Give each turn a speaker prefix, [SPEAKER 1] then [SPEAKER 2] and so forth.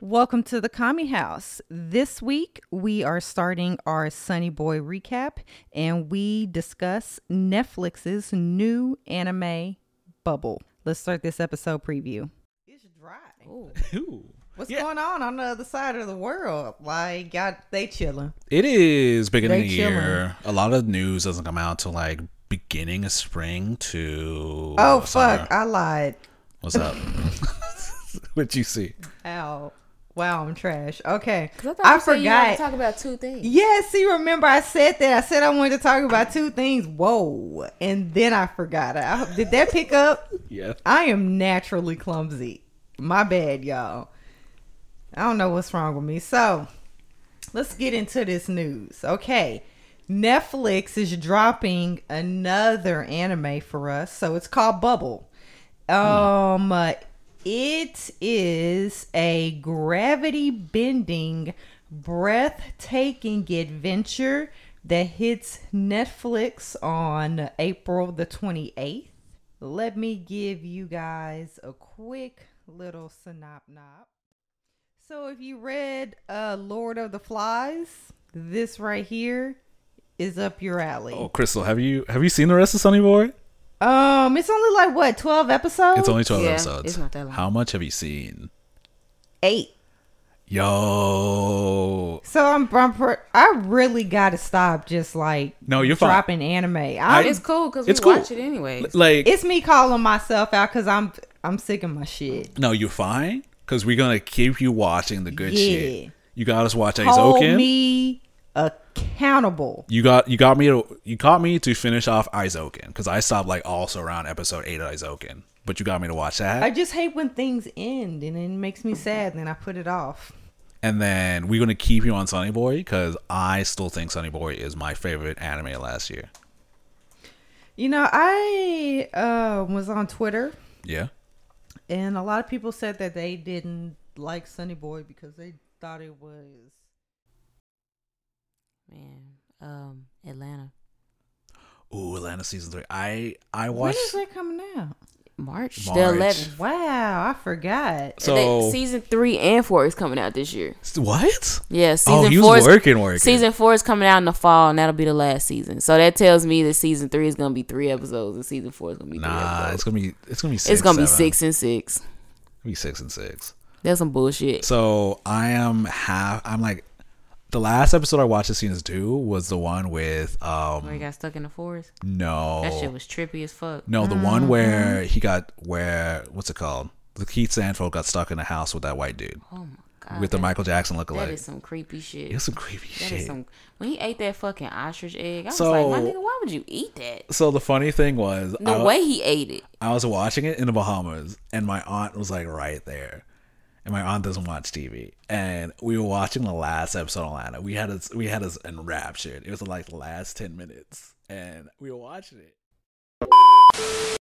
[SPEAKER 1] Welcome to the Commie House. This week we are starting our Sunny Boy recap and we discuss Netflix's new anime Bubble. Let's start this episode preview. It's dry.
[SPEAKER 2] Ooh.
[SPEAKER 1] What's
[SPEAKER 2] Yeah.
[SPEAKER 1] going on on the other side of the world? Like, God, they chilling.
[SPEAKER 2] It is beginning
[SPEAKER 1] They
[SPEAKER 2] of the year. A lot of news doesn't come out till like beginning of spring to uh,
[SPEAKER 1] Oh,
[SPEAKER 2] summer.
[SPEAKER 1] fuck. I lied.
[SPEAKER 2] What's up? What'd you see?
[SPEAKER 1] Ow. Wow, I'm trash. Okay.
[SPEAKER 3] I, thought
[SPEAKER 1] I
[SPEAKER 3] you said You wanted to
[SPEAKER 1] forgot.
[SPEAKER 3] talk about two things.
[SPEAKER 1] Yes, you remember I said that. I said I wanted to talk about two things. Whoa. And then I forgot. I, did that pick up?
[SPEAKER 2] Yeah.
[SPEAKER 1] I am naturally clumsy. My bad, y'all. I don't know what's wrong with me. So, let's get into this news. Okay. Netflix is dropping another anime for us. So, it's called Bubble. Um, uh, it is a gravity bending, breathtaking adventure that hits Netflix on April the 28th. Let me give you guys a quick little synopsis. So, if you read uh, Lord of the Flies, this right here is up your alley.
[SPEAKER 2] Oh, Crystal, have you have you seen the rest of Sunny Boy?
[SPEAKER 1] Um, it's only like what twelve episodes?
[SPEAKER 2] It's only twelve
[SPEAKER 3] yeah,
[SPEAKER 2] episodes.
[SPEAKER 3] it's not that long.
[SPEAKER 2] How much have you seen?
[SPEAKER 1] eight.
[SPEAKER 2] Yo.
[SPEAKER 1] So I'm, I'm per- I really gotta stop just like
[SPEAKER 2] No, you're fine.
[SPEAKER 1] dropping anime. I,
[SPEAKER 2] I-
[SPEAKER 3] It's cool because we
[SPEAKER 2] It's cool.
[SPEAKER 3] watch it anyway.
[SPEAKER 2] L- Like
[SPEAKER 1] it's me calling myself out because I'm I'm sick of my shit.
[SPEAKER 2] no, you're fine. Cause we're gonna keep you watching the good
[SPEAKER 1] Yeah.
[SPEAKER 2] shit. You got us watch
[SPEAKER 1] Hold
[SPEAKER 2] Aizoken.
[SPEAKER 1] me accountable.
[SPEAKER 2] you got you got me to you caught me to finish off Izoken because I stopped like also around episode eight of Izoken, but you got me to watch that,
[SPEAKER 1] I just hate when things end and it makes me sad. And then I put it off.
[SPEAKER 2] and then we're gonna keep you on Sunny Boy because I still think Sunny Boy is my favorite anime last year.
[SPEAKER 1] You know, I uh, was on Twitter
[SPEAKER 2] Yeah,
[SPEAKER 1] and a lot of people said that they didn't like Sunny Boy because they thought it was
[SPEAKER 3] Man, um, Atlanta,
[SPEAKER 2] ooh, Atlanta season three. I I
[SPEAKER 1] when
[SPEAKER 2] watched
[SPEAKER 1] is it coming out?
[SPEAKER 2] March.
[SPEAKER 3] March, the 11th.
[SPEAKER 1] Wow, I forgot.
[SPEAKER 2] so
[SPEAKER 3] They- season three and four is coming out this year.
[SPEAKER 2] what?
[SPEAKER 3] Yeah,
[SPEAKER 2] Oh,
[SPEAKER 3] season
[SPEAKER 2] he
[SPEAKER 3] four
[SPEAKER 2] was
[SPEAKER 3] is,
[SPEAKER 2] working, working.
[SPEAKER 3] Season four is coming out in the fall, and that'll be the last season. So that tells me that season three is gonna be three episodes, and season four is gonna be three
[SPEAKER 2] Nah, it's
[SPEAKER 3] episodes.
[SPEAKER 2] gonna be it's gonna be six,
[SPEAKER 3] It's, gonna be
[SPEAKER 2] seven.
[SPEAKER 3] six and six.
[SPEAKER 2] It'll be six and six.
[SPEAKER 3] That's some bullshit.
[SPEAKER 2] So I am half. I'm like the last episode I watched of season two was the one with um
[SPEAKER 3] Where he got stuck in the forest.
[SPEAKER 2] no
[SPEAKER 3] That shit was Mm-hmm. trippy as fuck.
[SPEAKER 2] No, the one where he got where what's it called? The Keith Sanford got stuck in a house with that white dude
[SPEAKER 3] Oh my god.
[SPEAKER 2] with the Michael Jackson
[SPEAKER 3] That
[SPEAKER 2] lookalike.
[SPEAKER 3] is some creepy shit.
[SPEAKER 2] It's some creepy
[SPEAKER 3] That
[SPEAKER 2] shit.
[SPEAKER 3] is some. When he ate that fucking ostrich egg, I was
[SPEAKER 2] So-
[SPEAKER 3] like, my nigga, why would you eat that?
[SPEAKER 2] So the funny thing was,
[SPEAKER 3] The
[SPEAKER 2] I,
[SPEAKER 3] way he ate it.
[SPEAKER 2] I was watching it in the Bahamas, and my aunt was like right there, and my aunt doesn't watch TV, and we were watching the last episode of Atlanta. We had us, we had us enraptured. It was like the last ten minutes, and we were watching it.